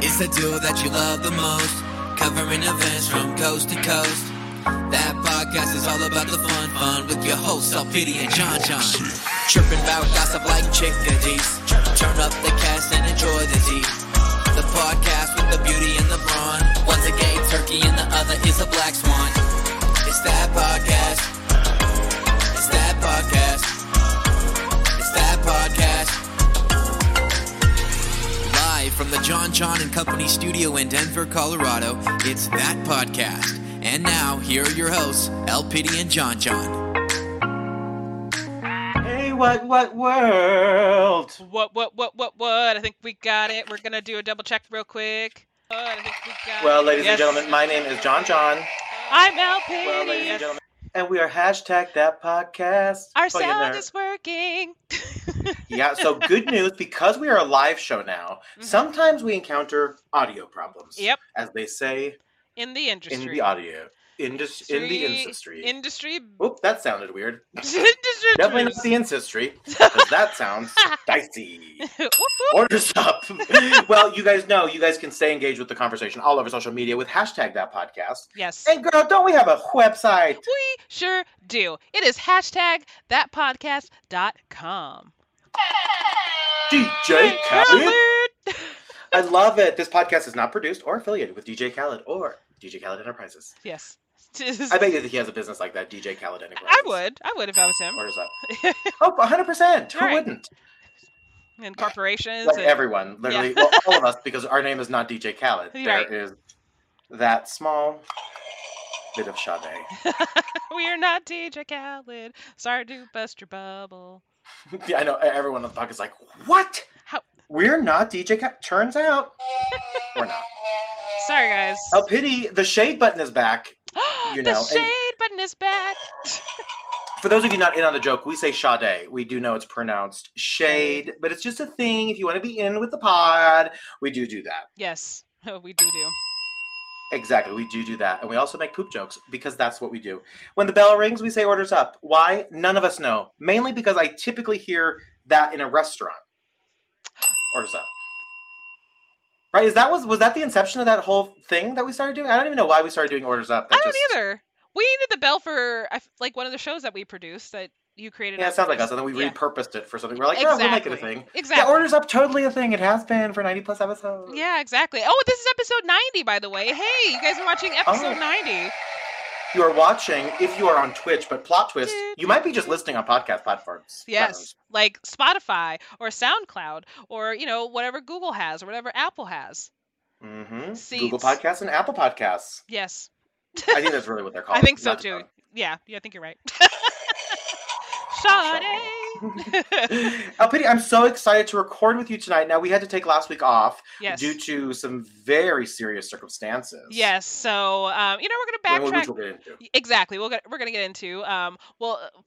It's the duo that you love the most, covering events from coast to coast. That podcast is all about the fun, fun with your hosts, Alpidi and John John. Chirping about gossip like chickadees. Turn up the cast and enjoy the tea. The podcast with the beauty and the brawn. One's a gay turkey and the other is a black swan. It's that podcast. It's that podcast. It's that podcast. Live from the John John and Company studio in Denver, Colorado, it's that podcast. And now, here are your hosts, LPD and John John. Hey, what, what world? What, what, what, what, what? I think we got it. We're going to do a double check real quick. What? I think we got Well, it. ladies Yes. and gentlemen, my name is John John, I'm El Well, ladies and Pity. gentlemen, and we are hashtag that podcast. Our Plug in sound there. is working. yeah. So good news because we are a live show now. Mhm. Sometimes we encounter audio problems. Yep, as they say in the industry. in the audio industry, in the Industry- industry. Industry. Oop, that sounded weird. industry. Definitely not the industry because that sounds dicey. Whoop, whoop. Orders up. well, you guys know you guys can stay engaged with the conversation all over social media with hashtag that podcast. Yes. Hey, girl, don't we have a website? We sure do. It is hashtag thatpodcast.com. DJ Khaled. Khaled. I love it. This podcast is not produced or affiliated with DJ Khaled or DJ Khaled Enterprises. Yes. I bet you that he has a business like that, DJ Khaled Enterprises. I would. I would if I was him. Orders up. Oh, 100%. Who Right. wouldn't? And corporations. Like and- everyone, literally, well, all of us, because our name is not DJ Khaled. Right. There is that small bit of Sade. we are not DJ Khaled. Sorry to bust your bubble. yeah, I know everyone on the podcast is like, what? How- We're not DJ Khaled. Turns out, we're not. Sorry, guys. A pity. The shade button is back. Oh, you the know, and- shade button is back. For those of you not in on the joke, we say Sade. We do know it's pronounced shade, but it's just a thing. If you want to be in with the pod, we do do that. Yes, oh, we do do. Exactly, we do do that. And we also make poop jokes because that's what we do. When the bell rings, we say orders up. Why? None of us know. Mainly because I typically hear that in a restaurant. Orders up. Right? Is that was was that the inception of that whole thing that we started doing? I don't even know why we started doing orders up. That I don't just- either. We needed the bell for I f- like one of the shows that we produced that you created. Yeah, on it sounds like us. purpose. And then we Yeah, repurposed it for something. We're like, yeah, we'll make it a exactly. thing. Exactly. Yeah, order's up totally a thing. It has been for 90 plus episodes. Yeah, exactly. Oh, this is episode 90, by the way. Hey, you guys are watching episode Oh. 90. You are watching if you are on Twitch, but plot twist, you might be just listening on podcast platforms. Yes, like Spotify or SoundCloud or, you know, whatever Google has or whatever Apple has. Mm-hmm. Google Seeds. Podcasts and Apple Podcasts. Yes. I think that's really what they're called. I think so Oh, not too. to- Yeah, yeah, I think you're right. Sade. Sade. Alpidi, I'm so excited to record with you tonight. Now we had to take last week off yes. due to some very serious circumstances. Yes. So, um, you know, we're Well, which gonna backtrack. we'll get into. Y- Exactly. We'll get, we're gonna get into. Um, well, uh,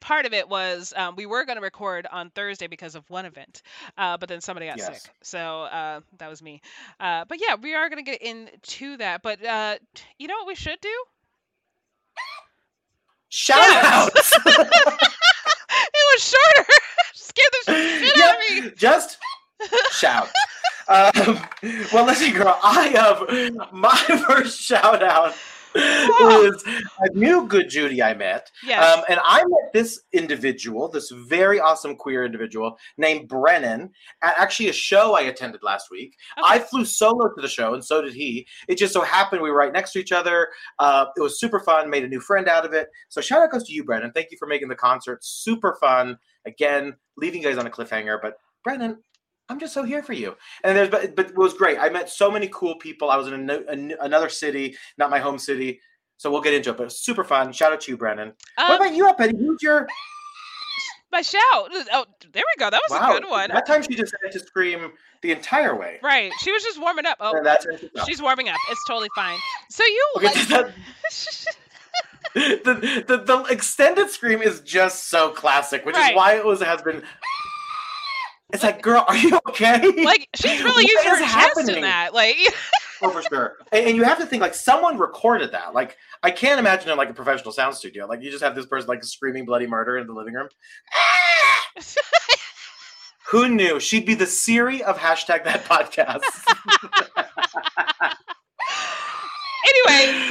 part of it was um, we were gonna record on Thursday because of one event, uh, but then somebody got Yes. sick, so uh, that was me. Uh, but yeah, we are gonna get into that. But uh, t- you know what we should do? Shout out! Yes. It was shorter. Scared the shit out of me. Yeah, Um, Just shout. Um, well, listen, girl, I have my first shout out is a new good Judy I met. Yes. Um, and I met this individual, this very awesome queer individual named Brennan, at actually a show I attended last week. I Okay. flew solo to the show, and so did he. It just so happened we were right next to each other. Uh, it was super fun. Made a new friend out of it. So shout out goes to you, Brennan. Thank you for making the concert super fun. Again, leaving you guys on a cliffhanger, but Brennan, I'm just so here for you. And there's but, but it was great. I met so many cool people. I was in a, no- a n- another city, not my home city. So we'll get into it, but it was super fun. Shout out to you, Brennan. Um, what about you, Epic? Who's your My shout. Oh, there we go. That was wow? a good one. That time she decided to scream the entire way. Right. She was just warming up. Oh, And that's it. she's warming up. It's totally fine. So you Okay, like- that- the, the the extended scream is just so classic, which Right. is why it was has been. It's like, girl, are you okay? like she's really What using is her chest happening? in that. Like oh, for sure. And, and you have to think like someone recorded that. Like, I can't imagine in like a professional sound studio. Like, you just have this person like screaming bloody murder in the living room. Who knew she'd be the Siri of hashtag that podcast?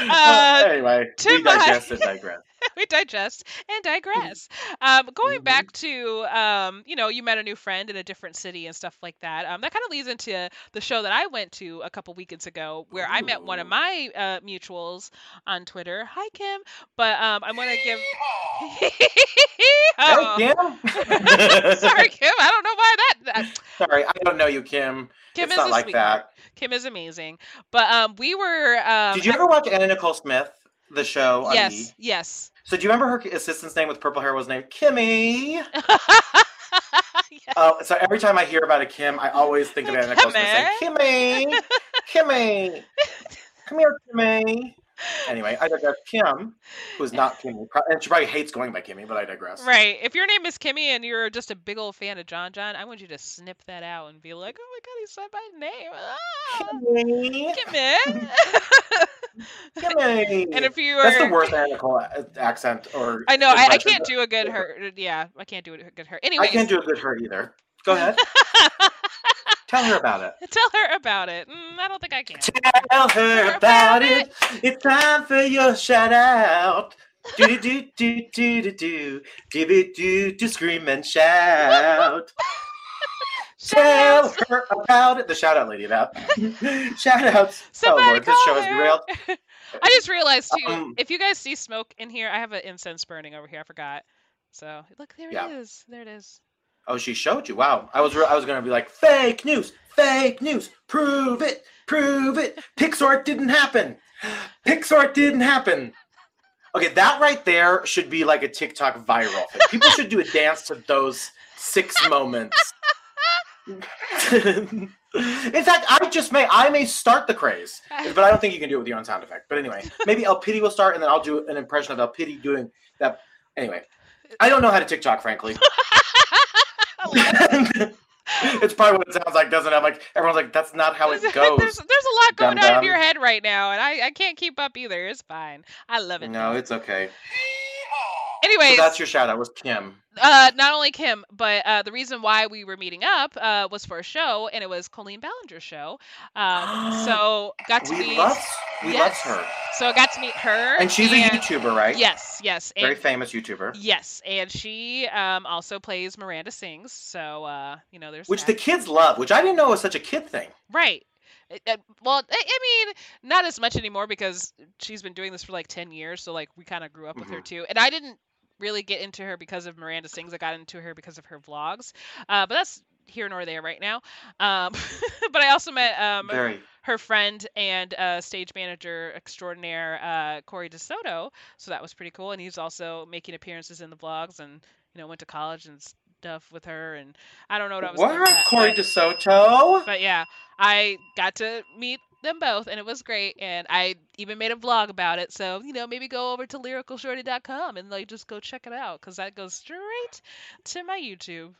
Uh, anyway, we Tim, I- digest and digress. we digest and Mm-hmm. digress. Um, going back to, um, you know, you met a new friend in a different city and stuff like that. Um, that kind of leads into the show that I went to a couple weekends ago, where I met one of Ooh. my uh, mutuals on Twitter. Hi, Kim. But um, I want to give. Oh. Hey, Kim. Sorry, Kim. I don't know why that. that- Sorry, I don't know you, Kim. Kim it's is not a like sweetheart. Kim is amazing. But um, we were. Um, that. Did you ever watch Anna Nicole Smith, the show? On E? Yes. Yes. So do you remember her assistant's name with purple hair was named Kimmy? yes. Oh, so every time I hear about a Kim, I always think of Anna Nicole Smith saying, Kimmy, Kimmy, come here, Kimmy. Anyway, I digress. Kim, who's not Kimmy, pro- and she probably hates going by Kimmy, but I digress. Right. If your name is Kimmy and you're just a big old fan of John John, I want you to snip that out and be like, "Oh my God, he said my name." Ah, Kimmy, Kimmy. Kimmy. and if you are, That's the worst Anna Nicole a- accent or I know I, I impression. can't do a good her. Yeah, I can't do a good her. Anyway, I can't do a good her either. Go ahead. Tell her about it. tell her about it. Mm, I don't think I can. Tell her about it. It's time for your shout out. Do do do do do do do do do do do scream and shout. Tell her about it. The shout out lady about shout outs. Somebody oh Lord, this show call is her. derailed. I just realized too. Um, if you guys see smoke in here, I have an incense burning over here. I forgot. So look, there Yeah. it is. There it is. Oh, she showed you. Wow. I was re- I was gonna be like fake news, fake news. Prove it, prove it. Pixar didn't happen. Pixar didn't happen. Okay, that right there should be like a TikTok viral. thing. People should do a dance to those six moments. In fact, I just may I may start the craze, but I don't think you can do it with your own sound effect. But anyway, maybe El Pity will start, and then I'll do an impression of El Pity doing that. Anyway, I don't know how to TikTok, frankly. it's probably what it sounds like, doesn't it? I'm like everyone's like, that's not how it there's, there's goes. a lot going on in dum-dum. your head right now, and I, I can't keep up either. It's fine. I love it. No, it's okay. So Anyways, that's your shout out was Kim. uh, not only Kim, but uh, the reason why we were meeting up uh, was for a show, and it was Colleen Ballinger's show. Um, so got to We meet, love we Yes. love her. so I got to meet her, And she's a YouTuber, right? Yes, yes, and, Very famous YouTuber. yes, and she um, also plays Miranda Sings. So uh, you know, there's Which the that. kids love, which I didn't know was such a kid thing. Right. It- it- well, I, I mean, not as much anymore because she's been doing this for like 10 years. So, like, we kind of grew up with her Mm-hmm. too. And I didn't really get into her because of Miranda Sings. I got into her because of her vlogs. Uh, but that's here nor there right now. Um, but I also met um, Very. her friend and uh, stage manager extraordinaire, uh, Corey DeSoto. So, that was pretty cool. And he's also making appearances in the vlogs and, you know, went to college and stuff with her. And I don't know what I was doing with What? that, Corey but- DeSoto? but yeah, I got to meet them both and it was great and I even made a vlog about it. So, you know, maybe go over to lyricalshorty.com and like just go check it out cuz that goes straight to my YouTube.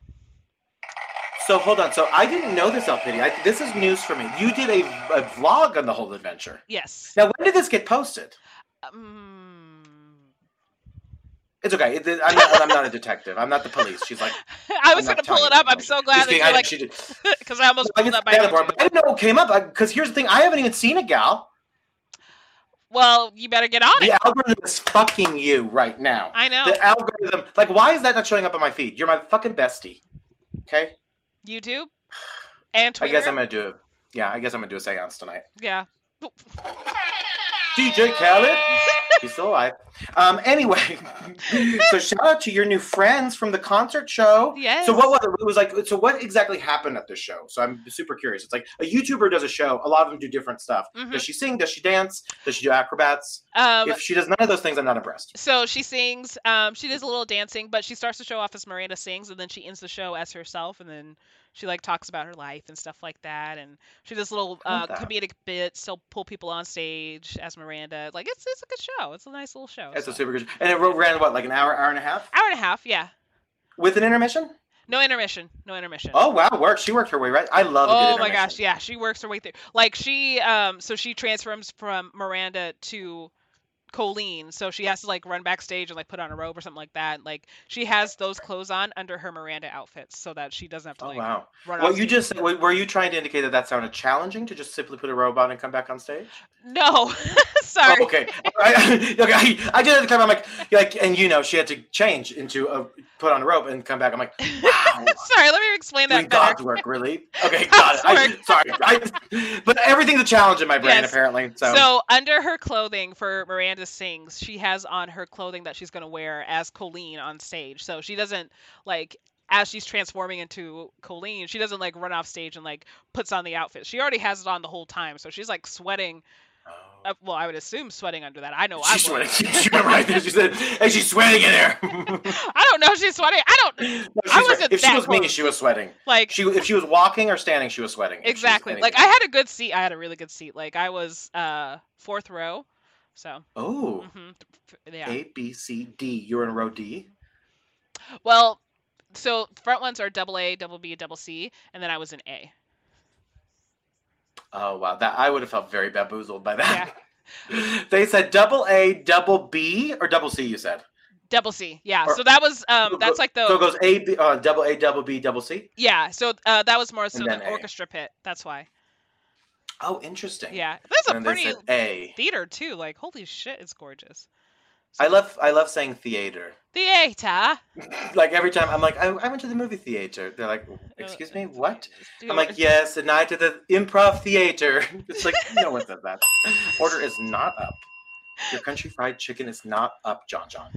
So hold on. So I didn't know this, El Pity. I, this is news for me. You did a, a vlog on the whole adventure. Yes. Now, when did this get posted? Um, It's okay. It, I'm, not, I'm not a detective. I'm not the police. She's like, I was not going to pull telling it you up. I'm information. so glad Just that kidding, you're I know like she did. cuz I almost I pulled guess up my that part, but YouTube. I didn't know it came up because here's the thing: I haven't even seen it, gal. Well, you better get on it. The algorithm is fucking you right now. I know. The algorithm, like, why is that not showing up on my feed? You're my fucking bestie. Okay, YouTube and I Twitter. guess I'm gonna do it. Yeah, I guess I'm gonna do a seance tonight. Yeah. DJ Khaled, he's still alive. Um, anyway, so shout out to your new friends from the concert show. Yes. So what was it? It was like so what exactly happened at this show? So I'm super curious. It's like a YouTuber does a show. A lot of them do different stuff. Mhm. Does she sing? Does she dance? Does she do acrobats? Um, if she does none of those things, I'm not impressed. So she sings. Um, she does a little dancing, but she starts the show off as Miranda sings, and then she ends the show as herself, and then she like talks about her life and stuff like that, and she does little I uh, love that. comedic bits. She'll pull people on stage as Miranda. Like it's it's a good show. It's a nice little show. That's a so. super good. And it ro- ran what, like an hour, hour and a half, hour and a half. Yeah, with an intermission. no intermission. No intermission. Oh wow, work. She worked her way right. I love. a Oh good my gosh, intermission. yeah, she works her way through. Like she um so she transforms from Miranda to Colleen, so she has to like run backstage and like put on a robe or something like that. Like she has those clothes on under her Miranda outfits so that she doesn't have to Oh like wow. run Well, off you stage. just were were you trying to indicate that that sounded challenging to just simply put a robe on and come back on stage? No. sorry. Oh, okay. I, okay. I, I just had to come. I'm like, like, and you know, she had to change into a put on a rope and come back. I'm like, Oh, wow. sorry, let me explain that Doing better. God's work, really? Okay, got it. I, sorry, I, but everything's a challenge in my brain Yes. apparently. So, So. under her clothing for Miranda Sings, she has on her clothing that she's going to wear as Colleen on stage. So she doesn't like as she's transforming into Colleen, she doesn't like run off stage and like puts on the outfit. She already has it on the whole time. So she's like sweating. Oh. Uh, well, I would assume sweating under that. I know Oh, I she's would. sweating. She, she went right there. She said, "And she's sweating in there." No, I don't know if she's sweating. I don't she's I wasn't sweating. If she that was me, close. she was sweating. like She if she was walking or standing, she was sweating. If she was exactly. anything. Like I had a good seat. I had a really good seat. Like I was uh fourth row. So, oh, hmm yeah. A B C D. You're in row D. Well, so front ones are double A, double B, double C, and then I was an A. Oh wow, that I would have felt very bamboozled by that. they said double A, double B, or double C. You said Double C, yeah. Or- So that was um, so that's like the so. It goes A B, uh, double A, double B, double C. yeah. So uh, that was more so then the A. orchestra pit. That's why. Oh, interesting. Yeah, that's a And then they pretty said A. theater too. Like holy shit, it's gorgeous. I love I love saying theater. Theater. Like every time I'm like I, I went to the movie theater. They're like, excuse Uh, me, what? I'm like, yes, a night at the improv theater. It's like no one said that. Order is not up. Your country fried chicken is not up, John John.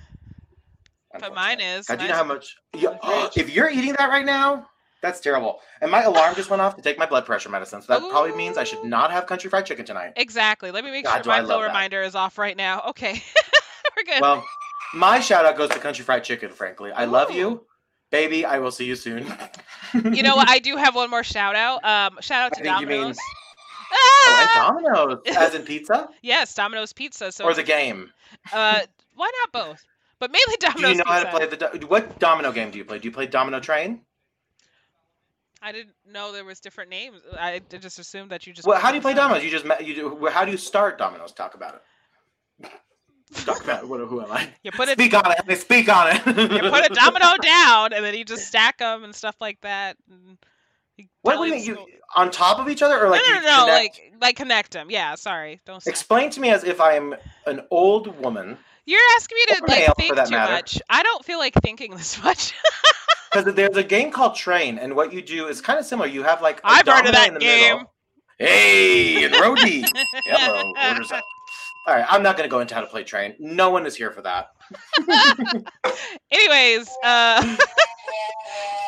But mine Unfortunately. is. God, do you know mine's- how much? Yeah, on the fridge. if you're eating that right now, that's terrible. And my alarm just went off to take my blood pressure medicine, so that probably means I should Ooh. not have country fried chicken tonight. Exactly. Let me make God, do sure I my pill love that. reminder is off right now. Okay, we're good. Well, my shout out goes to country fried chicken. Frankly, I love you, Ooh. baby. I will see you soon. you know what? I do have one more shout out. Um, shout out I to think you mean Domino's. Ah! oh, and Domino's, as in pizza, Yes, Domino's Pizza. So or the game. Uh, why not both? But mainly Do Domino's you know how Pizza. to play the do- what domino game do you play? Do you play Domino Train? I didn't know there was different names. I d- just assumed that you just. Well, how do you play them dominoes? You just met, you do. well, How do you start dominoes? Talk about it. Talk about it. What, who am I? out. You put a Speak on it. They speak on it. you put a domino down, and then you just stack them and stuff like that. And you What tell do you mean? each You little- on top of each other, or like no, no, you no, no, connect- like like connect them. Yeah, sorry, don't. stack 'em. Explain to me as if I'm an old woman, You're asking me to or male, like for think that too matter. much. I don't feel like thinking this much. because there's a game called Train, and what you do is kind of similar. You have like a I've heard domino of that in the game. Middle. Hey, and Rody. Hello, orders up. All right, I'm not going to go into how to play Train. No one is here for that. Anyways, uh,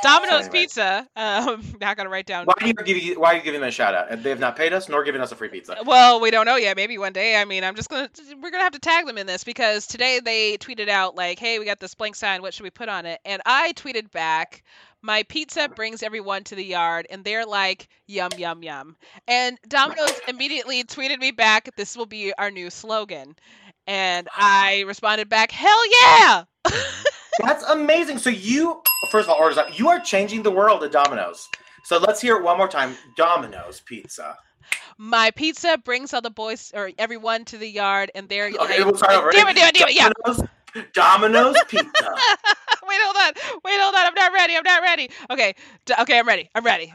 Domino's Anyway. Pizza. Um, now I gotta write down. Why do you give you, Why are you giving them a shout out? They have not paid us nor given us a free pizza. Well, we don't know yet. Maybe one day. I mean, I'm just gonna we're gonna have to tag them in this because today they tweeted out like, "Hey, we got this blank sign. What should we put on it?" And I tweeted back, "My pizza brings everyone to the yard," and they're like, "Yum yum yum." And Domino's immediately tweeted me back, "This will be our new slogan," and I responded back, "Hell yeah!" That's amazing. So you, first of all, orders up. You are changing the world at Domino's. So let's hear it one more time. Domino's pizza. My pizza brings all the boys or everyone to the yard, and they're like, Okay, we'll start over. "Damn it, damn it, damn it!" Yeah. Domino's, Domino's pizza. Wait, hold on. Wait, hold on. I'm not ready. I'm not ready. Okay. D- okay, I'm ready. I'm ready.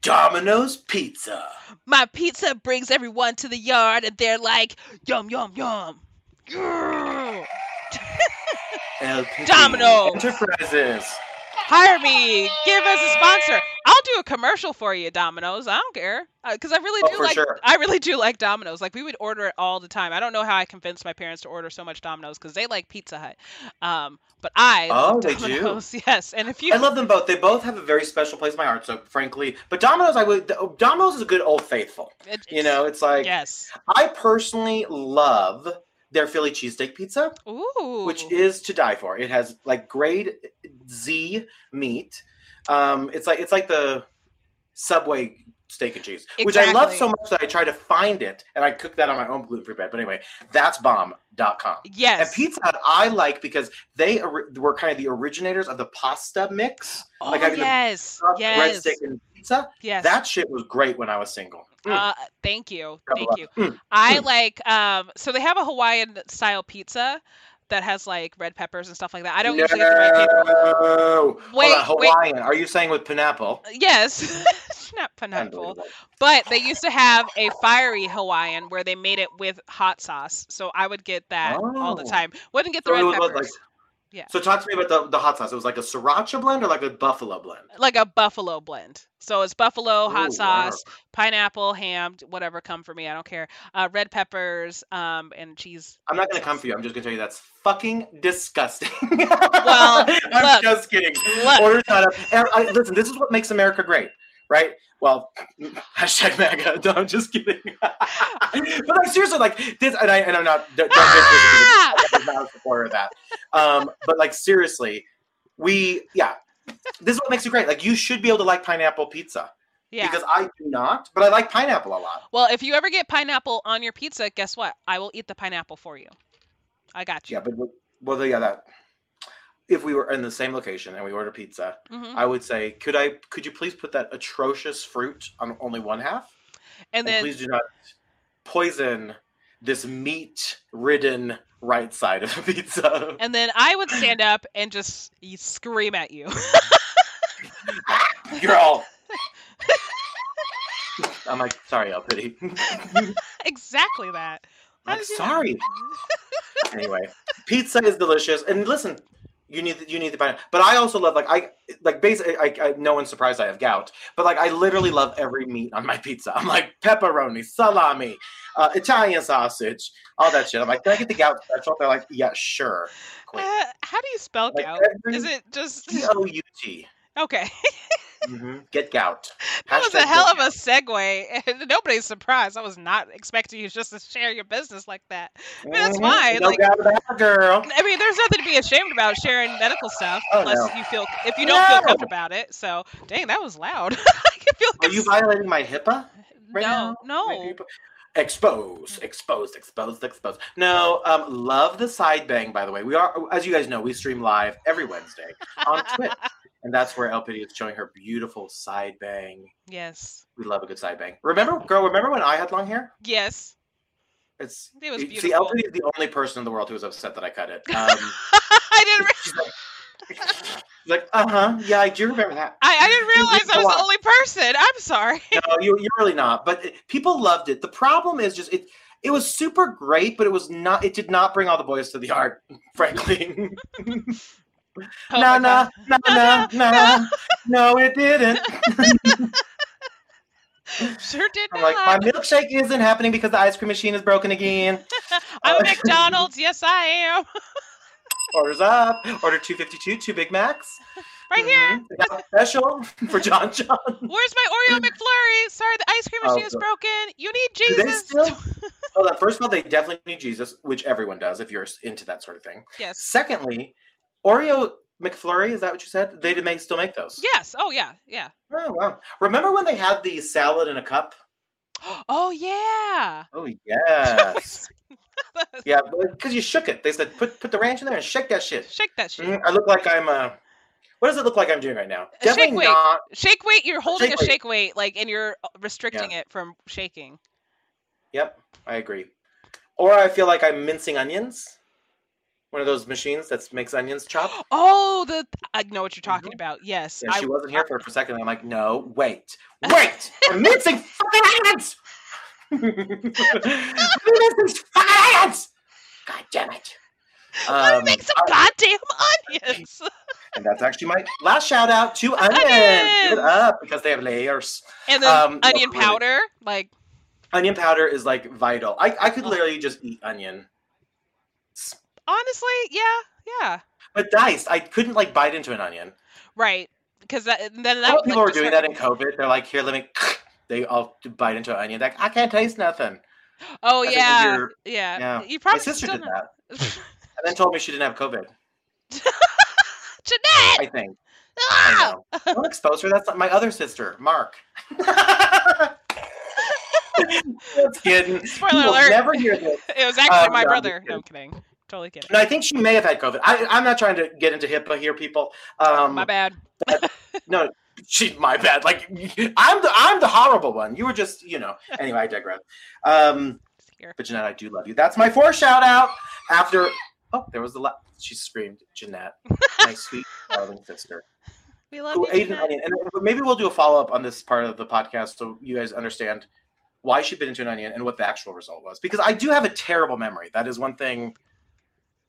Domino's pizza. My pizza brings everyone to the yard and they're like, yum, yum, yum. Yeah. LPP Domino's. Enterprises. Hire me. Give us a sponsor. I'll do a commercial for you, Domino's. I don't care. Because I really Oh, do for like sure. I really do like Domino's. Like we would order it all the time. I don't know how I convinced my parents to order so much Domino's because they like Pizza Hut. Um, but I Oh, love they do? Domino's. Yes. And if you I love them both. They both have a very special place in my heart. So frankly, but Domino's, I would. Domino's is a good old faithful. it- You know, it's like Yes. I personally love their Philly cheesesteak pizza. Ooh. which is to die for. It has like grade Z meat. Um, it's like it's like the Subway steak and cheese, which I love Exactly. so much that I try to find it and I cook that on my own gluten free bread. But anyway, that's bomb.com. Yes. And Pizza Hut, I like because they or- were kind of the originators of the pasta mix, Oh, like having the yes. bread, Yes. steak, and pizza. Yes. That shit was great when I was single. Mm. Uh, thank you. Double Thank you. up. Mm. I Mm. like um so they have a Hawaiian style pizza, that has like red peppers and stuff like that. I don't usually get the red pepper. No. Wait, Hold on, wait. Hawaiian. Are you saying with pineapple? Yes, not pineapple. Unbelievable. But they used to have a fiery Hawaiian where they made it with hot sauce. So I would get that all the Oh. time. Wouldn't get the So it red was peppers. like- Like, Yeah. So talk to me about the, the hot sauce. It was like a sriracha blend or like a buffalo blend. a buffalo blend. So it's buffalo, Oh, wow. hot sauce, pineapple, ham, whatever come for me. I don't care. Uh, red peppers, um, and cheese. I'm not gonna come for you. I'm just gonna tell you that's fucking disgusting. Well, I'm look, just kidding. look. Order's not up. And I- listen, this is what makes America great, right? Well, hashtag MAGA. No, I'm just kidding. but like seriously, like this, and I and I'm not. Don't, don't get me wrong, Ah! I'm not a supporter of that. Um, but like seriously, we yeah. This is what makes it great. Like you should be able to like pineapple pizza Yeah. because I do not, but I like pineapple a lot. Well, if you ever get pineapple on your pizza, guess what? I will eat the pineapple for you. I got you. Yeah, but we- well, yeah, that. If we were in the same location and we order pizza, hmm I would say, could I? Could you please put that atrocious fruit on only one half? And then please do not poison this meat-ridden right side of the pizza. and then I would stand up and just y- scream at you. Girl. I'm like, sorry, El Pity. exactly that. How like, did you know? sorry. anyway, pizza is delicious, and listen, you need you need the pineapple. But I also love like I like basically I, I no one's surprised I have gout, but like I literally love every meat on my pizza. I'm like pepperoni, salami, uh, Italian sausage, all that shit. I'm like, can I get the gout special? They're like, yeah, sure. Uh, Queen. how do you spell Like, gout? Is it just G O U T. okay? Mhm. Get gout. That was Hashtag a hell get of a segue, and nobody's surprised. I was not expecting you just to share your business like that. mean, that's Mhm. fine, No like- gout about it, girl. I mean, there's nothing to be ashamed about sharing medical stuff, Oh, unless no. you feel if you don't feel No. comfortable about it. So, dang, that was loud. I can feel Are like you it's- violating my HIPAA? right no, Maybe no. you put- Exposed, Mm. exposed, exposed, exposed. No, um, love the side bang. By the way, we are, as you guys know, we stream live every Wednesday on Twitch, and that's where LPD is showing her beautiful side bang. Yes, We love a good side bang. Remember, girl, remember when I had long hair? yes. It's It was you- see, beautiful. LPD is the only person in the world who was upset that I cut it. Um, I didn't. Re- she's like, uh huh, yeah, I do remember that. I, I didn't You realize I was realize. the only person. I'm sorry. No, you, you're really not. But it- people loved it. The problem is just it. It was super great, but it was not. It did not bring all the boys to the yard, frankly. Oh no, no, my God. no, no, no, no, it didn't. Sure did I'm not. like, my milkshake isn't happening because the ice cream machine is broken again. I'm uh, a McDonald's. Yes, I am. Orders up. Order two fifty two, two Big Macs. Right here. Mhm. They got a Special for John John. Where's my Oreo McFlurry? Sorry, the ice cream Mm-hmm. Oh, machine is good. broken. You need Do they Jesus. still? Oh, that first of all, they definitely need Jesus, which everyone does if you're into that sort of thing. yes. Secondly, Oreo McFlurry, is that what you said? They did make still make those. Yes. Oh yeah. Yeah. Oh wow. Remember when they had the salad in a cup? Oh yeah. Oh yes. Yes. yeah, because you shook it. They said put put the ranch in there and shake that shit. Shake that shit. Mm, I look like I'm uh what does it look like I'm doing right now? A shake weight. not Shake weight. You're holding Shake a weight. shake weight, like, and you're uh, restricting it from shaking. Yep, I agree. Or I feel like I'm mincing onions. One of those machines that makes onions chop. Oh, the I know what you're talking about. Yes. Yeah, I, Mm-hmm. she wasn't here for it for a second. I'm like, no, wait, wait, I'm missing fucking hands. I'm missing fucking hands. God damn it. Let Um, me make some goddamn onions. and that's actually my last shout out to onions. Give it Onions! up because they have layers. And then Um, onion really. powder, like Onion powder is like vital. I, I Oh. could literally just eat onion, honestly, yeah, yeah. but diced. I couldn't like bite into an onion. Right. Because that, then I that know would, people like, were doing disrupt- that in COVID. They're like, here, let me. They all bite into an onion. Like, I can't taste nothing. Oh I think yeah, you're- yeah. yeah. You My probably sister still did not- that, and then told me she didn't have COVID. Jeanette. I think. I ah! know. Don't expose her. That's not my other sister, Mark. Just kidding. Spoiler You will alert. never hear this. It was actually Um, my no, I'm brother. just No, I'm kidding. Totally kidding. No, I think she may have had COVID. I, I'm not trying to get into HIPAA here, people. Um, my bad. No, she. My bad. Like I'm the I'm the horrible one. You were just you know. Anyway, I digress. Um, Here. but Jeanette, I do love you. That's my four shout out. After Oh, there was the la- she screamed, Jeanette, my sweet darling sister. We love Who you, ate an Jeanette. onion. And uh, maybe we'll do a follow up on this part of the podcast so you guys understand why she bit into an onion and what the actual result was. Because I do have a terrible memory. That is one thing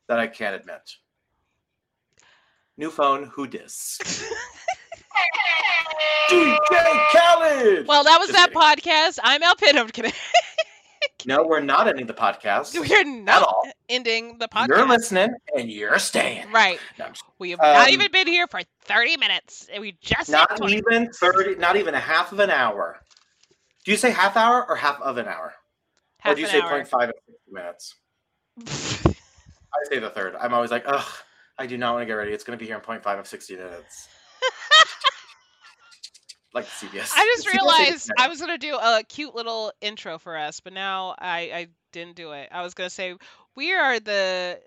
that I can't admit. New phone, who dis? DJ Khaled! Well, that was Just that kidding. podcast. I'm El Pitt. I'm kidding. No, we're not ending the podcast. We're not all. ending the podcast. You're listening and you're staying. Right. No, I'm just- We have not Um, even been here for 30 minutes, and we just hit not 20. even 30, not even a half of an hour. Do you say half hour or half of an hour? half or do you an say hour. 0.5 and 60 minutes? I say the third. I'm always like, ugh, I do not want to get ready. It's going to be here in 0.5 of 60 minutes. like CBS. I just CBS eight realized I minutes. was gonna do a cute little intro for us, but now I, I didn't do it. I was gonna say we are the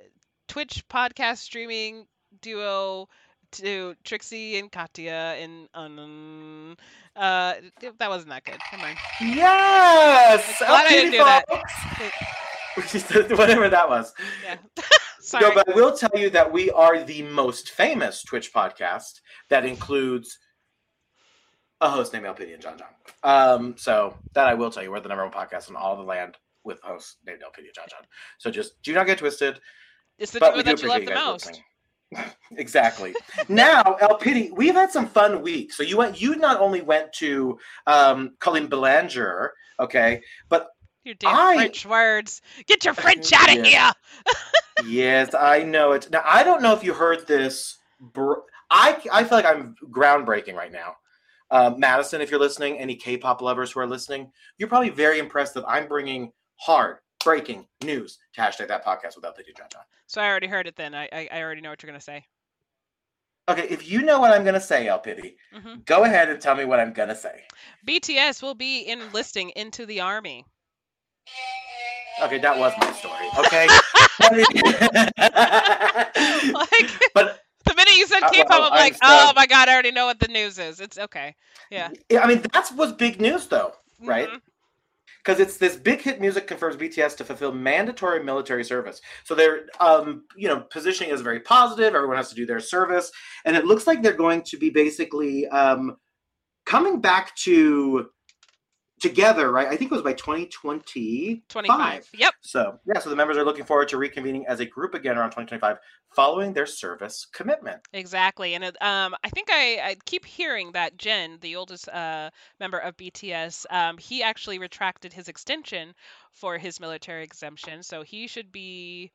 Twitch podcast streaming duo to Trixie and Katya and um, uh th- that wasn't that good. Never mind. Yes! I'm glad I didn't do that. that. Whatever that was. Yeah. Sorry. No, but I will tell you that we are the most famous Twitch podcast that includes a host named LPD and John John. Um, so that I will tell you, we're the number one podcast in all the land with hosts named LPD and John John. So just do not get twisted. it's the but duo we do that you love appreciate you the guys most. listening. exactly. now, LPD, we've had some fun weeks. So you went, you not only went to um, Colleen Belanger, okay, Your damn I- French words. Get your French out of Yeah. here. yes, I know it. Now I don't know if you heard this. Br- I I feel like I'm groundbreaking right now. Uh, Madison, if you're listening, any K-pop lovers who are listening, you're probably very impressed that I'm bringing hard breaking news to hashtag that podcast without the John John. So I already heard it then. I, I, I already know what you're gonna say. Okay, if you know what I'm gonna say, El Pity, hmm go ahead and tell me what I'm gonna say. BTS will be enlisting into the army. Okay, that was my story. Okay, Like but The minute you said Uh, K-pop, well, I'm like, I'm oh sorry. my god, I already know what the news is. It's okay, Yeah. I mean that's what's big news though, right? Mhm. because it's this big hit music confirms BTS to fulfill mandatory military service. So their um, you know positioning is very positive. Everyone has to do their service, and it looks like they're going to be basically um, coming back to together. Right? I think it was by 2020. 25. Yep. So yeah, so the members are looking forward to reconvening as a group again around 2025 following their service commitment. Exactly, and it, um, I think I, I keep hearing that Jin, the oldest uh, member of BTS, um, he actually retracted his extension for his military exemption, so he should be.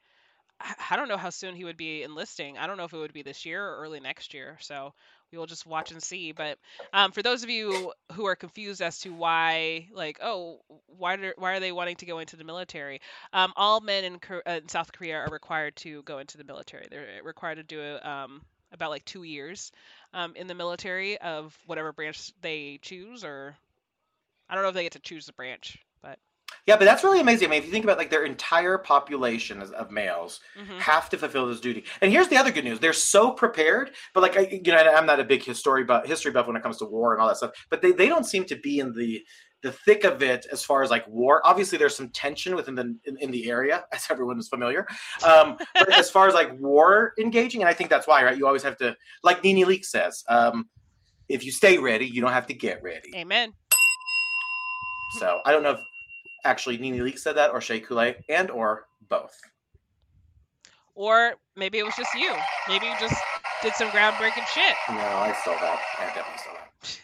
I I don't know how soon he would be enlisting. I don't know if it would be this year or early next year. So we will just watch and see. But um, for those of you who are confused as to why, like, oh, why are why are they wanting to go into the military? Um, all men in, Kor- uh, in South Korea are required to go into the military. They're required to do a, um, about like two years um, in the military of whatever branch they choose, or I don't know if they get to choose the branch, but Yeah, but that's really amazing. I mean, if you think about like their entire population is- of males mhm. have to fulfill this duty. And here's the other good news: they're so prepared. But like, I, you know, I'm not a big history buff, history buff when it comes to war and all that stuff. But they, they don't seem to be in the the thick of it as far as like war. Obviously, there's some tension within the in, in the area, as everyone is familiar. Um, but as far as like war engaging, and I think that's why, right? You always have to, like Nene Leak says, um, if you stay ready, you don't have to get ready. amen. So I don't know if actually Nene Leak said that or Shea Coulee and or both. Or maybe it was just you. Maybe you just did some groundbreaking No, I stole that. I definitely stole that.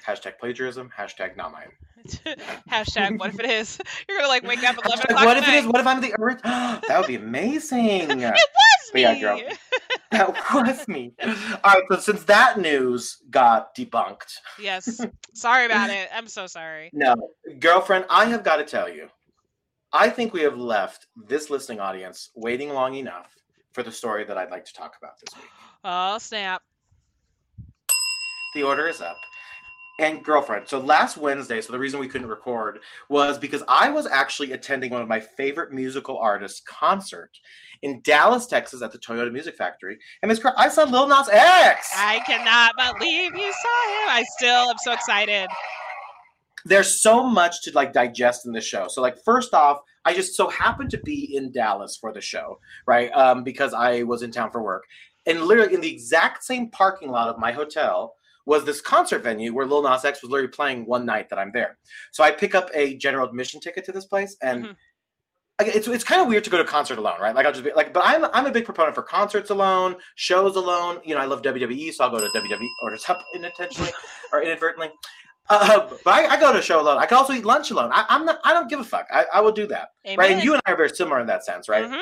Hashtag plagiarism. Hashtag not mine. shit. Hashtag what if it is? You're gonna like wake up at eleven Hashtag, o'clock. what if it tonight. is? What if I'm the original? that would be amazing. That's But yeah, me. girl. that was me. All right. So since that news got debunked, yes. Sorry about it. I'm so sorry. no, girlfriend, I have got to tell you, I think we have left this listening audience waiting long enough for the story that I'd like to talk about this week. Oh snap. The order is up. And girlfriend, so last Wednesday, so the reason we couldn't record was because I was actually attending one of my favorite musical artists' concert in Dallas, Texas, at the Toyota Music Factory. And Miss, Girl, I saw Lil Nas X. I cannot believe you saw him. I still am so excited. there's so much to like digest in the show. So like first off, I just so happened to be in Dallas for the show, right? Um, because I was in town for work, and literally in the exact same parking lot of my hotel was this concert venue where Lil Nas X was literally playing one night that I'm there. So I pick up a general admission ticket to this place and. Mhm. I- It's, it's kind of weird to go to concert alone, right? Like I'll just be like, but I'm I'm a big proponent for concerts alone, shows alone. You know, I love WWE, so I'll go to WWE or just up unintentionally or inadvertently. Uh, but I, I go to a show alone. I can also eat lunch alone. I, I'm not. I don't give a fuck. I, I will do that. Amen. Right? And you and I are very similar in that sense, right? Mhm.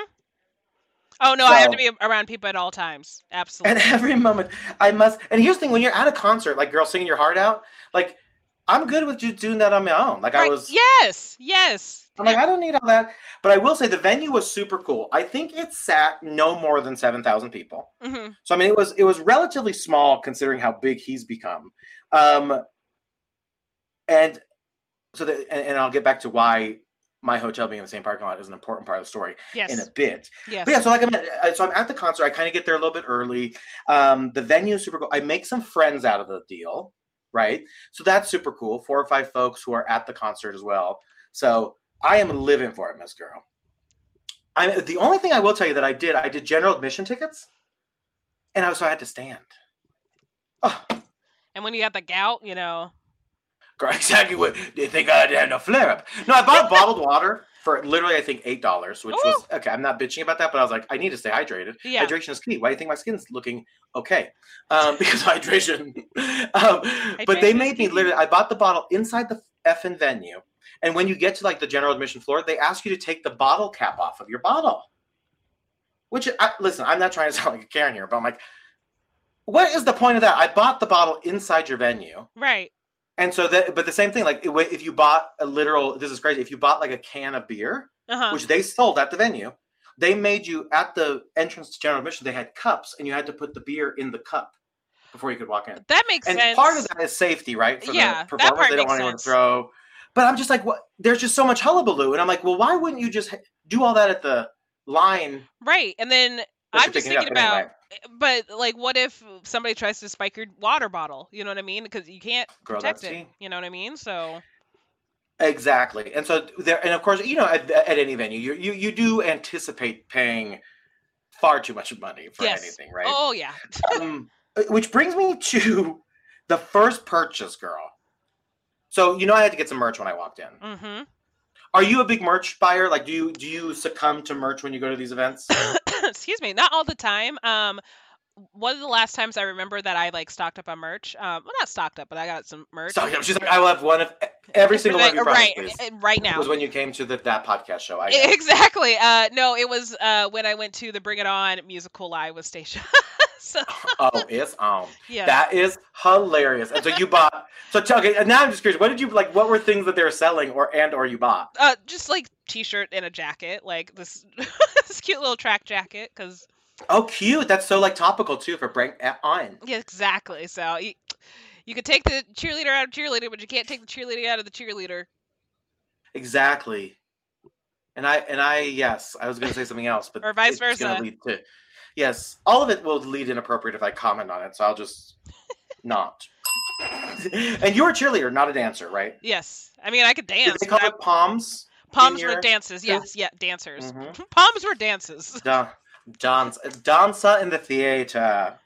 Oh no, I have to So- be around people at all times. And Absolutely. every moment I must. And here's the thing: when you're at a concert, like girl singing your heart out, like I'm good with just doing that on my own. Like I Right, was. Oh Yes, yes. I'm like I don't need all that. But I will say the venue was super cool. I think it sat no more than seven thousand people. hmm So I mean, it was it was relatively small considering how big he's become, um, and so the, and, and I'll get back to why my hotel being in the same parking lot is an important part of the story in Yes. a bit. Yes. But yeah, so like I'm at, uh, so I'm at the concert. I kind of get there a little bit early. Um, the venue is super cool. I make some friends out of the deal, right? So that's super cool. Four or five folks who are at the concert as well. So I am living for it, Miss Girl. I the only thing I will tell you that I did, I did general admission tickets, and I was so I had to stand. Oh, And when you got the gout, you know. girl, exactly what do you think I had no flare up? No, I bought bottled water for literally I think eight dollars, which was okay. I'm not bitching about that, but I was like, I need to stay hydrated Yeah. hydration is key. Why do you think my skin's looking okay? Um, because hydration. um, but they Hydration made is me key. literally. I bought the bottle inside the effing venue, and when you get to like the general admission floor, they ask you to take the bottle cap off of your bottle. Which I, listen, I'm not trying to sound like a Karen here, but I'm like, what is the point of that? I bought the bottle inside your venue. Right. And so that, but the same thing, like if you bought a literal, this is crazy. If you bought like a can of beer, Uh huh. which they sold at the venue. They made you at the entrance to general admission. They had cups, and you had to put the beer in the cup before you could walk in. That makes And sense. part of that is safety, right? Yeah, that the performers, part they don't makes want anyone to sense. throw. But I'm just like, what? There's just so much hullabaloo, and I'm like, well, why wouldn't you just ha- do all that at the line? Right. And then that I'm you're just picking up thinking about, eh, anyway? but like, what if somebody tries to spike your water bottle? You know what I mean? Because you can't Girl, protect that's it. tea. You know what I mean? So. Exactly, and so there, and of course, you know, at, at any venue, you, you you do anticipate paying far too much money for Yes. anything, right? Oh yeah. um, which brings me to the first purchase, girl. So you know I had to get some merch when I walked in. Mm-hmm. Are you a big merch buyer? Like, do you do you succumb to merch when you go to these events? excuse me, not all the time. Um, one of the last times I remember that I like stocked up on merch. Um, well, not stocked up, but I got some merch. Sorry, she's like, I will have one of e, every single one of your products, right, please. uh, right now. E, Was when you came to the that podcast show. I know. Exactly. Uh, no, it was uh, when I went to the Bring It On musical live with Stacia. so oh, it's um, yeah. that is hilarious. And so you bought. So tell okay, and now I'm just curious. What did you like? What were things that they were selling, or and or you bought? uh, just like t-shirt and a jacket, like this this cute little track jacket. Cause Oh, cute. That's so like topical too for Bring It On. yeah, exactly. So you, you could take the cheerleader out of cheerleader, but you can't take the cheerleader out of the cheerleader. Exactly. And I and I yes, I was going to say something else, but Or vice it's gonna versa. lead to- yes, all of it will lead inappropriate if I comment on it, so I'll just not. and you're a cheerleader, not a dancer, right? Yes. I mean, I could Did dance. they but call it palms. I- palms were your- dances. Yes. Yeah. Dancers. Mhm. Palms were dances. Da- dance, dancer in the theater.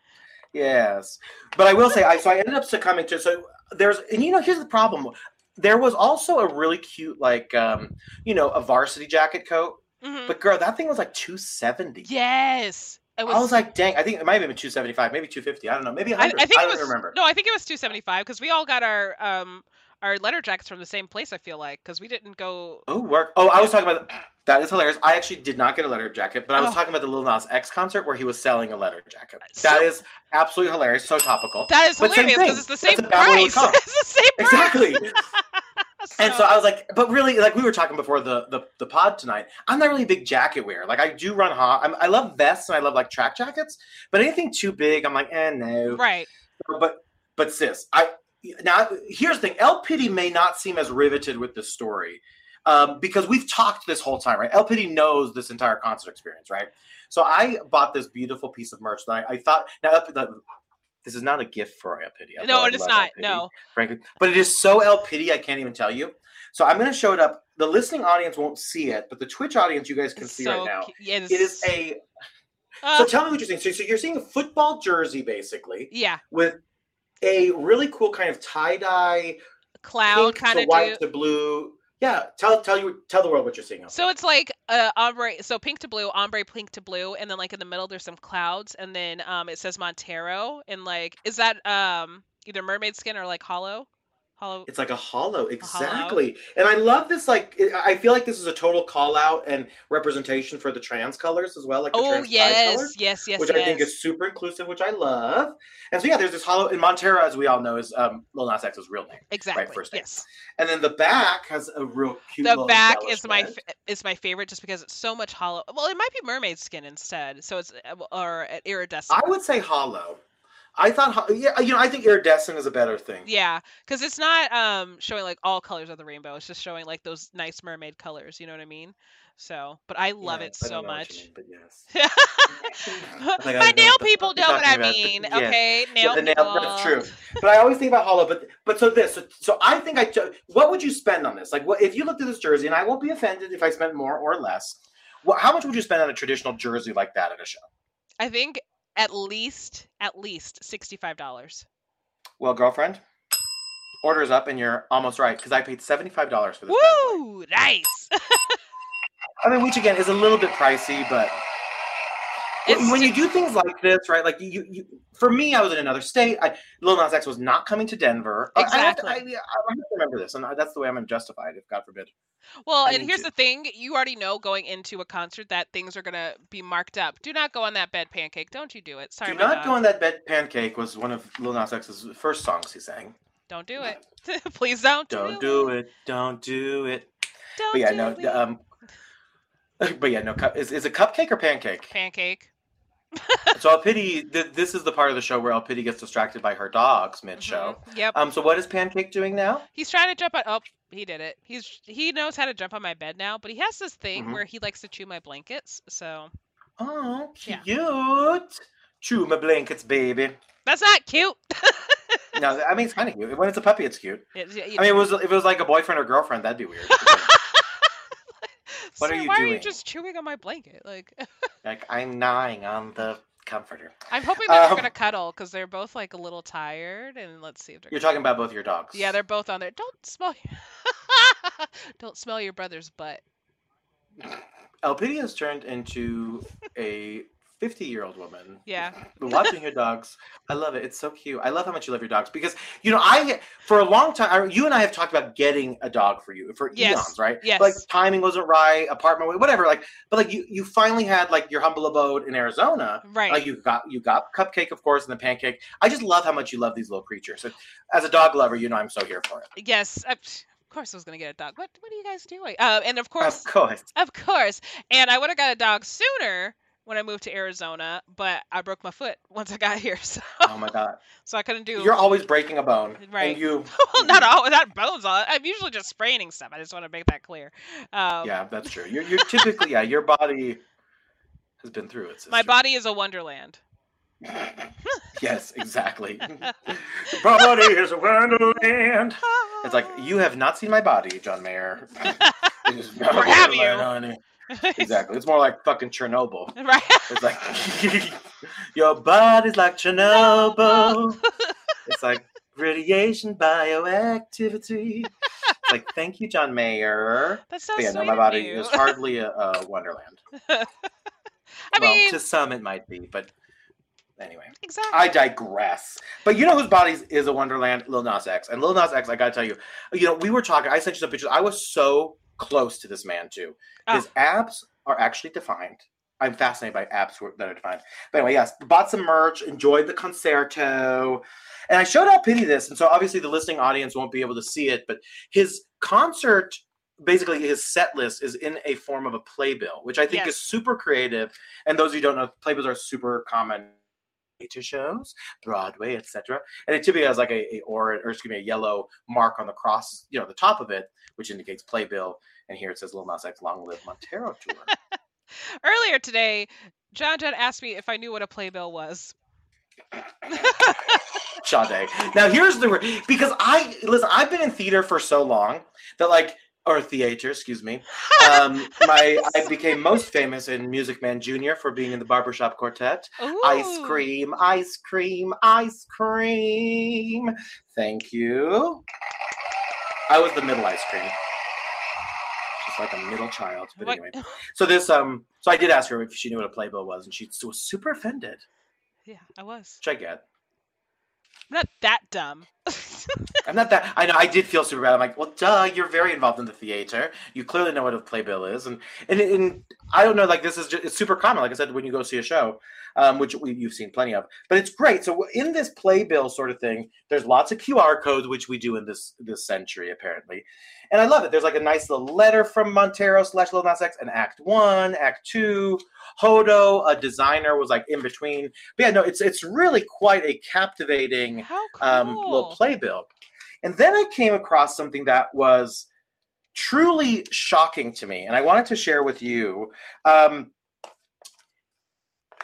Yes, but I will say, I so I ended up succumbing to so there's and you know here's the problem. There was also a really cute like um you know a varsity jacket coat, Mhm. but girl, that thing was like two seventy. Yes. It was. I was like, dang, I think it might have been 275, maybe 250. I don't know. Maybe I, 100. I, I think don't it was remember. no, I think it was 275 because we all got our um our letter jackets from the same place. I feel like because we didn't go. Oh, work. Oh, I was talking about the, that is hilarious. I actually did not get a letter jacket, but I was Oh. Uh, talking about the Lil Nas X concert where he was selling a letter jacket. So- That is absolutely hilarious. So topical. That is But same hilarious because thing. it's That's the same about where it price. would come. it's the same price. exactly. And so I was like, but really, like we were talking before the, the the pod tonight. I'm not really a big jacket wearer. Like I do run hot. I'm, I love vests and I love like track jackets, but anything too big, I'm like, eh, no. right. but but sis, I now here's the thing. LPD may not seem as riveted with this story um, because we've talked this whole time, right? LPD knows this entire concert experience, right? So I bought this beautiful piece of merch that I, I thought now the, This is not a gift for El Pity. no, although I it is love not. El Pity, No. Frankly, but it is so El Pity, I can't even tell you. So I'm going to show it up. The listening audience won't see it, but the Twitch audience, you guys can It's see so right now. cu- yeah, It is a. uh, So tell me what you're seeing. So, so you're seeing a football jersey, basically, yeah, with a really cool kind of tie dye, pink cloud kind to of white do. to blue. Yeah, tell tell you tell the world what you're seeing. out So there. it's like uh ombre so pink to blue, ombre pink to blue, and then like in the middle there's some clouds and then um it says Montero and like is that um either mermaid skin or like hollow? Hollow It's like a hollow, exactly. And I love this. Like, it- I feel like this is a total call out and representation for the trans colors as well. Like, the Oh trans pride yes, colors, yes, yes, which yes. I think is super inclusive, which I love. And so yeah, there's this hollow. And Montero, as we all know, is um, Lil Nas X's real name. exactly. first name. yes. And then the back has a real cute. The little back is my embellishment. fa- is my favorite just because it's so much hollow. Well, it might be mermaid skin instead. So it's uh, or uh, iridescent. I would say hollow. I thought, ho- yeah, you know, I think iridescent is a better thing. Yeah, because it's not um showing like all colors of the rainbow. It's just showing like those nice mermaid colors. You know what I mean? So, but I love Yeah, it I don't so know what much. you mean, but yes. Like, I My don't know nail what the people fuck you're know what I talking about. mean. Yeah. Okay, nail the people. nail- that's true. But I always think about hollow. But but so this. So, so I think I. cho- What would you spend on this? Like, what if you looked at this jersey? And I won't be offended if I spent more or less. Well, how much would you spend on a traditional jersey like that at a show? I think at least at least sixty five dollars. Well, girlfriend, order is up, and you're almost right because I paid seventy five dollars for this. bad boy. Woo! Nice. I mean, which again is a little bit pricey, but It's when ju- you do things like this, right? Like you, you for me, I was in another state. I, Lil Nas X was not coming to Denver. I- I have to, I, Exactly. I have to remember this, and I- that's the way I'm justified. If God forbid. well, I and need here's to. the thing: you already know going into a concert that things are gonna be marked up. Do not go on that bed pancake. Don't you do it? Sorry, Do my not dog. go on that bed. Pancake was one of Lil Nas X's first songs he sang. Don't do it. Please don't. Don't do it. Don't do it. Don't But yeah, do no. it. Um, but yeah, no. cup- Is, is it cupcake or pancake? pancake. so El Pity, th- this is the part of the show where El Pity gets distracted by her dogs mid-show. Mhm. Yep. Um, so what is Pancake doing now? He's trying to jump on. Oh, he did it. He's he knows how to jump on my bed now, but he has this thing Mhm. where he likes to chew my blankets. So Oh, Yeah. cute. Chew my blankets, baby. that's not cute. No, I mean it's kind of cute. When it's a puppy, it's cute. It- it- I mean, it was if it was like a boyfriend or girlfriend, that'd be weird. what are Sir, you why are you doing? just chewing on my blanket? Like like I'm gnawing on the comforter. I'm hoping that they're Um, gonna cuddle because they're both like a little tired. And let's see if they're. You're talking about both your dogs. Yeah, they're both on there. Don't smell. Don't smell your brother's butt. Elpidia has turned into a 50 year old woman. Yeah. But watching your dogs, I love it. It's so cute. I love how much you love your dogs because, you know, I, for a long time, I, you and I have talked about getting a dog for you for Yes. eons, right? Yes. Like timing wasn't right, apartment, whatever. Like, but like you, you finally had like your humble abode in Arizona. Right. Like you got, you got cupcake, of course, and the pancake. I just love how much you love these little creatures. And as a dog lover, you know, I'm so here for it. yes. I, of course, I was gonna get a dog. What What are you guys doing? Uh, and of course, Of course. Of course. And I would have got a dog sooner when I moved to Arizona, but I broke my foot once I got here, so Oh my God. so I couldn't do. You're always Mm-hmm. breaking a bone. Right. And you, well, not all, not bones. All, I'm usually just spraining stuff. I just want to make that clear. Um, yeah, that's true. You're, you're typically, yeah, your body has been through it. My sister. body is a wonderland. yes, exactly. body is a wonderland. It's like you have not seen my body, John Mayer. It is not Or a have you? wonderland, honey. Exactly. It's more like fucking Chernobyl. right. It's like your body's like Chernobyl. It's like radiation bioactivity. It's like thank you, John Mayer. That's so But yeah, sweet. no, my body of you. is hardly a, a wonderland. I well, mean, to some it might be, but anyway. exactly. I digress. But you know whose bodies is a wonderland? Lil Nas X. And Lil Nas X, I gotta tell you, you know, we were talking. I sent you some pictures. I was so close to this man too. Oh. His abs are actually defined. I'm fascinated by abs were- that are defined. But anyway, yes, bought some merch, enjoyed the concerto, and I showed up pity this. And so obviously the listening audience won't be able to see it, but his concert. Basically, his set list is in a form of a playbill, which I think Yes. is super creative. And those of you who don't know, playbills are super common to shows, Broadway, etc. And it typically has like a, a orange, or excuse me, a yellow mark on the cross, you know, the top of it, which indicates playbill. And here it says Lil Nas X, Long Live Montero Tour. Earlier today, John John asked me if I knew what a playbill was. Sade. Now here's the re- because I listen. I've been in theater for so long that like or theater, excuse me. Um, my I became most famous in Music Man Junior for being in the barbershop quartet. Ooh. Ice cream, ice cream, ice cream. Thank you. I was the middle ice cream, just like a middle child. But What- anyway, so this um, so I did ask her if she knew what a playbill was, and she was super offended, Yeah, I was. which I get. I'm not that dumb. I'm not that. I know. I did feel super bad. I'm like, well, duh. You're very involved in the theater. You clearly know what a playbill is, and and, and I don't know. Like this is just, it's super common. Like I said, when you go see a show, um, which we, you've seen plenty of, but it's great. So in this playbill sort of thing, there's lots of QR codes, which we do in this this century apparently, and I love it. There's like a nice little letter from Montero slash Lil Nas X, and Act One, Act Two, Hodo, a designer was like in between. But yeah, no, it's it's really quite a captivating How cool. um, little playbill. And then I came across something that was truly shocking to me, and I wanted to share with you. Um,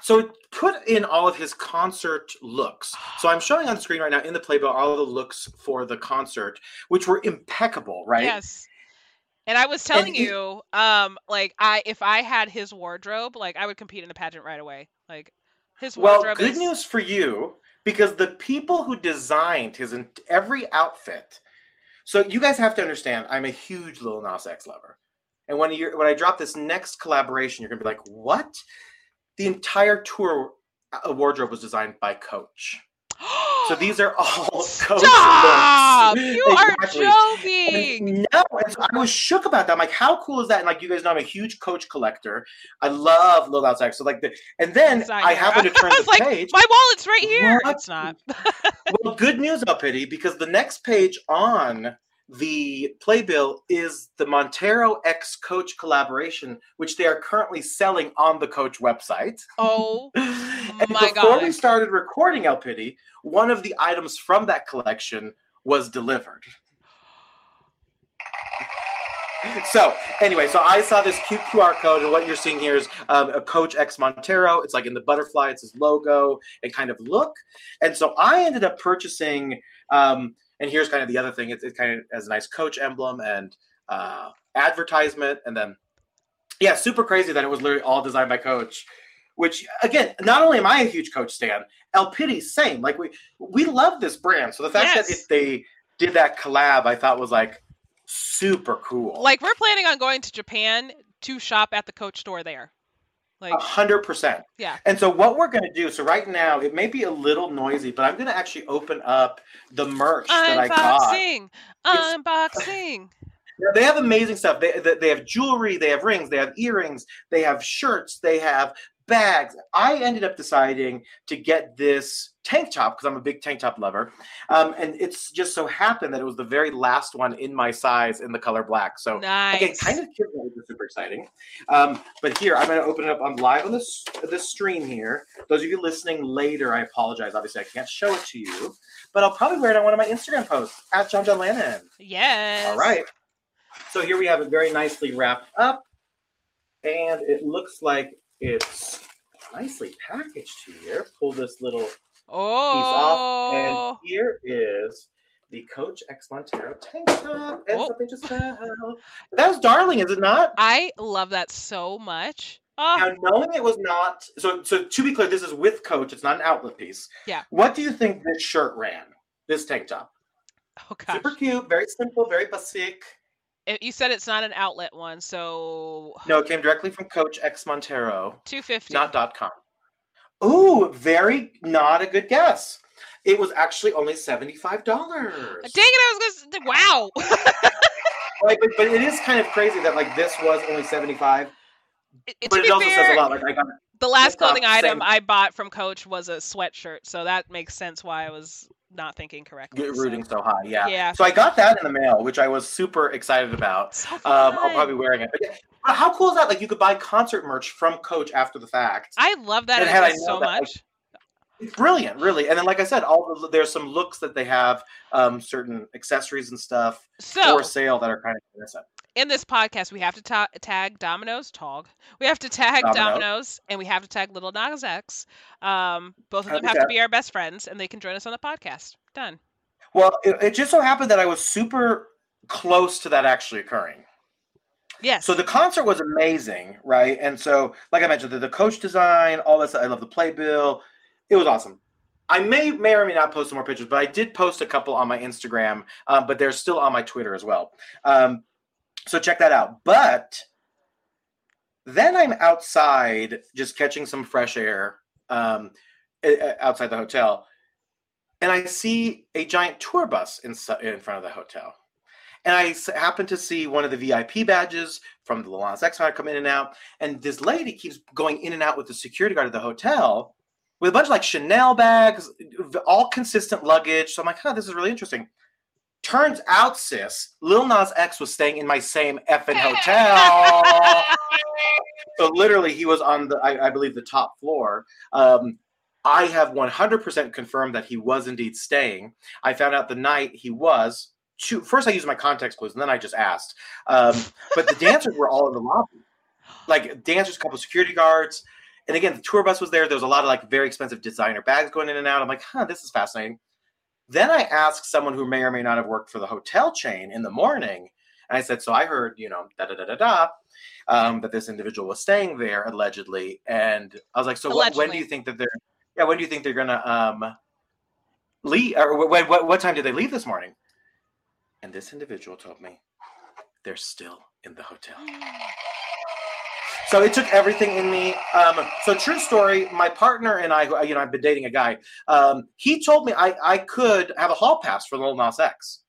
so it put in all of his concert looks. So I'm showing on screen right now in the playbill all of the looks for the concert, which were impeccable, right? Yes. And I was telling it- you, um, like I if I had his wardrobe, like I would compete in a pageant right away. Like his Well, wardrobe good is news for you because the people who designed his ent- every outfit. So you guys have to understand, I'm a huge Lil Nas X lover, and when you when I drop this next collaboration, you're gonna be like, "What?" The entire tour uh, wardrobe was designed by Coach. So these are all Coach Ah, Stop! looks. You are Exactly. joking. And No, and so I was shook about that. I'm like, how cool is that? And like, you guys know I'm a huge Coach collector. I love Lil Nas X. So like, the, and then I Designer. happened to turn I was the like, page. My wallet's right here. What? It's not. well, good news, Uppity, because the next page on the playbill is the Montero X Coach collaboration, which they are currently selling on the Coach website. Oh And my before we gosh. started recording Uppity, one of the items from that collection was delivered. So anyway, so I saw this cute QR code, and what you're seeing here is um, a Coach X Montero. It's like in the butterfly, it's his logo and kind of look. And so I ended up purchasing. Um, and here's kind of the other thing: it's it kind of has a nice Coach emblem and uh, advertisement, and then yeah, super crazy that it was literally all designed by Coach. Which again, not only am I a huge Coach stan, El Pity same. Like we we love this brand, so the fact that Yes. it, they did that collab, I thought was like super cool. Like we're planning on going to Japan to shop at the coach store there. Like A hundred percent. Yeah. And so what we're gonna do, so right now it may be a little noisy, but I'm gonna actually open up the merch that I got. unboxing. Unboxing. Now, they have amazing stuff. They, they they have jewelry, they have rings, they have earrings, they have shirts, they have bags. I ended up deciding to get this tank top because I'm a big tank top lover, um, and it's just so happened that it was the very last one in my size in the color black. So Nice. Again, kind of kids which is super exciting. Um, but here, I'm going to open it up on live on this this stream here. Those of you listening later, I apologize. Obviously, I can't show it to you, but I'll probably wear it on one of my Instagram posts at John John Lannon. Yes. All right. So here we have it very nicely wrapped up, and it looks like it's nicely packaged here. Pull this little Oh. and here is the Coach X Montero tank top. And Oh. something just fell. That was darling, is it not? I love that so much. Oh, Now, knowing it was not, so so to be clear, this is with Coach. It's not an outlet piece. Yeah. What do you think this shirt ran? This tank top, oh gosh. super cute, very simple, very basic. It- you said it's not an outlet one, so No, it came directly from Coach X Montero, 250. not dot .com. Ooh, very not a good guess. It was actually only seventy five dollars. Dang it, I was going to wow. Right, but, but it is kind of crazy that like this was only seventy five, It- it- but to it be also fair, says a lot. Like I got the last It's not clothing the item same. I bought from Coach was a sweatshirt, so that makes sense why I was not thinking correctly. get so- rooting so high. Yeah. Yeah. So I got that in the mail, which I was super excited about. So Um, I'll fun. probably be wearing it. But yeah, but how cool is that? Like you could buy concert merch from Coach after the fact. I love that And idea had I so known that, like, much. It's brilliant, really. And then, like I said, all the, there's some looks that they have, um, certain accessories and stuff So for sale that are kind of expensive. in this podcast, we have to ta- tag Domino's Tog. We have to tag Domino. Domino's, and we have to tag Little Nas X. Um, both of them Okay. have to be our best friends, and they can join us on the podcast. Done. Well, it, it just so happened that I was super close to that actually occurring. Yes. So the concert was amazing, right? And so, like I mentioned, the, the coach design, all this. I love the playbill. It was awesome. I may may or may not post some more pictures, but I did post a couple on my Instagram. Um, but they're still on my Twitter as well. Um, so check that out. But then I'm outside, just catching some fresh air um, o- o- outside the hotel, and I see a giant tour bus in so- in front of the hotel. And I s- happened to see one of the VIP badges from the Lil Nas X Factor come in and out. And this lady keeps going in and out with the security guard at the hotel with a bunch of like Chanel bags, v- all consistent luggage. So I'm like, huh, this is really interesting. Turns out, sis, Lil Nas X was staying in my same effing hotel. so literally, he was on the, I, I believe, the top floor. Um, I have 100% confirmed that he was indeed staying. I found out the night he was. Two, first, I used my context clues, and then I just asked. Um, but the dancers were all in the lobby, like dancers, couple security guards, and again, the tour bus was there. There was a lot of like very expensive designer bags going in and out. I'm like, huh, this is fascinating. Then I asked someone who may or may not have worked for the hotel chain in the morning, and I said, so I heard, you know, da da da da da, um, that this individual was staying there allegedly, and I was like, so what, when do Allegedly. you think that they're, yeah, when do you think they're gonna um, leave, or when, what, what time did they leave this morning? And this individual told me they're still in the hotel. So it took everything in me. Um, so true story. My partner and I, who- you know, I've been dating a guy. Um, he told me I, I could have a hall pass for Lil Nas X.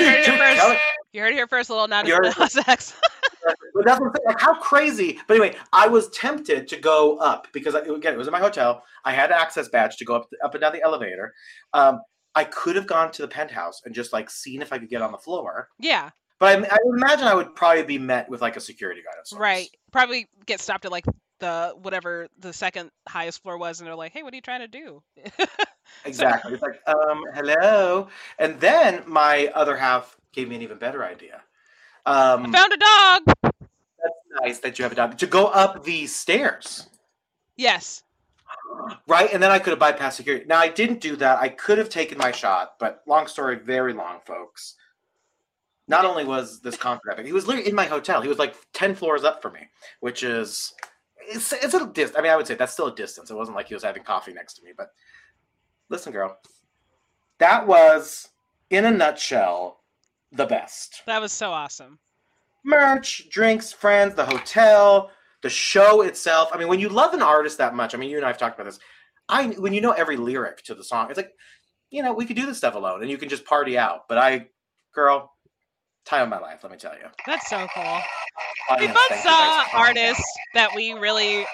you heard Dude, it here tell first. it. You heard it here first, Little Nas You heard it Nas X. But that's what I'm saying. Like, how crazy. But anyway, I was tempted to go up because I, again, it was in my hotel. I had an access badge to go up up and down the elevator. Um, I could have gone to the penthouse and just like seen if I could get on the floor. yeah. But I, I would imagine I would probably be met with like a security guard. Of sorts. Right. Probably get stopped at like the whatever the second highest floor was, and they're like, "Hey, what are you trying to do?" Exactly. It's like, um, hello. And then my other half gave me an even better idea. Um, Found a dog. nice that you have a dog to go up the stairs, Yes. right? And then I could have bypassed security. Now I didn't do that. I could have taken my shot, but long story, very long, folks. Not only was this concert epic, he was literally in my hotel. He was like ten floors up from me, which is it's, it's a distance. I mean, I would say that's still a distance. It wasn't like he was having coffee next to me, but listen, girl, that was in a nutshell the best. That was so awesome. merch, drinks, friends, the hotel, the show itself. I mean, when you love an artist that much, I mean, you and I have talked about this. I when you know every lyric to the song, it's like, you know, we could do this stuff alone and you can just party out. But I, girl, time of my life, let me tell you. That's so cool. we Audience, both thank you guys saw for coming. uh, artists that we really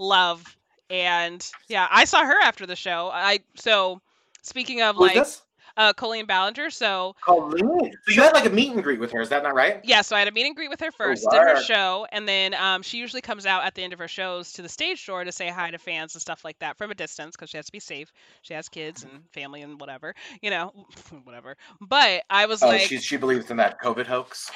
love and yeah i saw her after the show i so speaking of Who's like this? uh colleen ballinger so Colleen. So you had like a meet and greet with her, is that not right? yeah so i had a meet and greet with her first did her word. show and then um, she usually comes out at the end of her shows to the stage door to say hi to fans and stuff like that from a distance because she has to be safe she has kids and family and whatever you know whatever but i was Oh, like she she believes in that COVID hoax.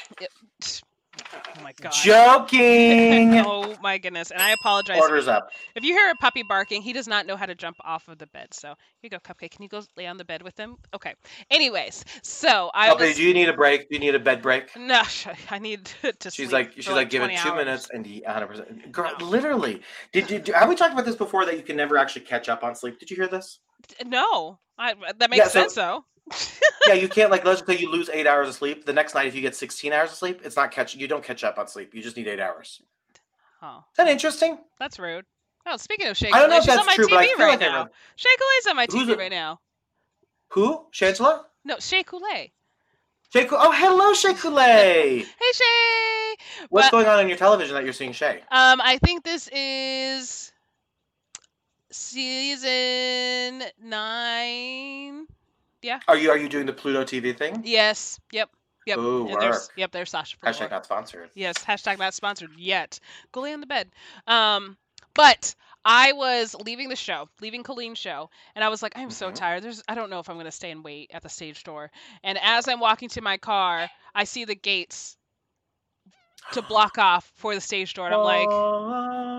oh my god Joking. oh my goodness and i apologize if Orders up. If you hear a puppy barking, he does not know how to jump off of the bed. So here you go, Cupcake. Can you go lay on the bed with him? Okay. Anyways, so I Oh, was do you need a break? Do you need a bed break? no, sh- I need to. She's sleep like, for she's like, give it 20 two hours." minutes, and he 100. percent Girl, No. literally, did you? Do, have we talked about this before that you can never actually catch up on sleep? Did you hear this? D- No, I, that makes Yeah, so- sense though. yeah, you can't. Like, let's just say you lose eight hours of sleep. The next night, if you get 16 hours of sleep, it's not catch. You don't catch up on sleep. You just need eight hours. Is Oh, that interesting? that's rude. Oh, speaking of Shay, I don't know Coulee, if she's on that's my true, TV but I feel right like I now. read. Shay Coulee's on my Who's TV it- right now. Who? Shangela? No, Shay Coulee. Shay? Cou- Oh, hello, Shay Coulee. Hey, Shay. What's But- going on on your television that you're seeing Shay? Um, I think this is season nine. Are you are you doing the Pluto TV thing? Yes. Yep. Yep. Ooh, and there's, work. yep. There's Sasha. Hashtag Hashtag not sponsored. yes. Hashtag not sponsored yet. Go lay on the bed. Um, But I was leaving the show, leaving Colleen's show, and I was like, I'm Mm-hmm. so tired. There's, I don't know if I'm gonna stay and wait at the stage door. And as I'm walking to my car, I see the gates to block off for the stage door, and I'm like,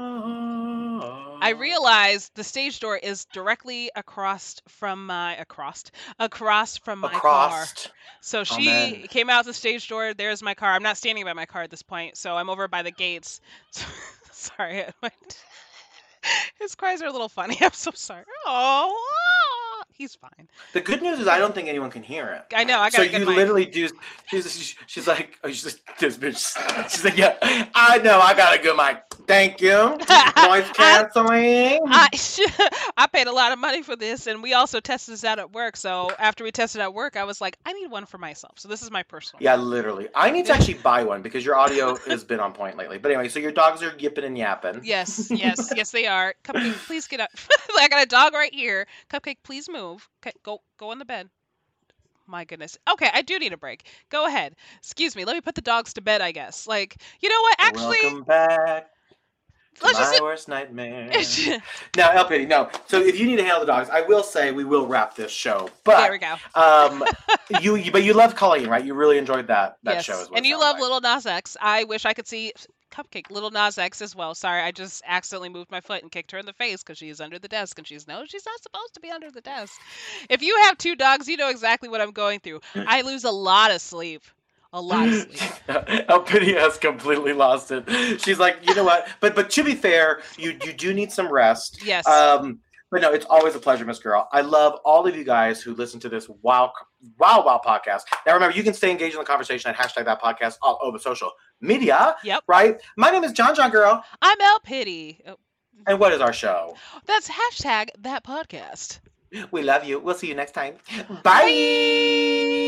Oh. I realized the stage door is directly across from my across across from my car. across. So Oh, she man. came out the stage door. There's my car. I'm not standing by my car at this point, so I'm over by the gates. sorry, I went- his cries are a little funny. I'm so sorry. Oh, ah, he's fine. The good news is I don't think anyone can hear it. I know. I got so a good you mic. literally do. She's she's like oh, she's like, this bitch. She's like yeah. I know. I got a good mic. Thank you. Noise canceling. I, I paid a lot of money for this, and we also tested this out at work. So after we tested at work, I was like, I need one for myself. So this is my personal. Yeah, literally. I need to actually buy one because your audio has been on point lately. But anyway, so your dogs are yipping and yapping. Yes, yes, yes, they are. Cupcake, please get up. I got a dog right here. Cupcake, please move. Okay, go, go on the bed. My goodness. Okay, I do need a break. Go ahead. Excuse me. Let me put the dogs to bed. I guess. Like, you know what? Actually, Welcome back. to let's my just. worst nightmare. no, El Pity, no. So if you need to hail the dogs, I will say we will wrap this show. there But we go. um, you, you- but you love Colleen, right? You really enjoyed that that yes. show as well. and you love Little Nas X. I wish I could see Cupcake Little Nas X as well. Sorry, I just accidentally moved my foot and kicked her in the face because she is under the desk and she's no, she's not supposed to be under the desk. If you have two dogs, you know exactly what I'm going through. I lose a lot of sleep. A lot of sleep. El Pity has completely lost it. She's like, you know what? But but to be fair, you you do need some rest. Yes. Um, but no, it's always a pleasure, Miss Girl. I love all of you guys who listen to this wow, wow, wow podcast. Now remember, you can stay engaged in the conversation at hashtag that podcast all over social media. Yep. Right. My name is John John Girl, I'm El Pity. Oh, and what is our show? That's hashtag that podcast. We love you. We'll see you next time. Bye.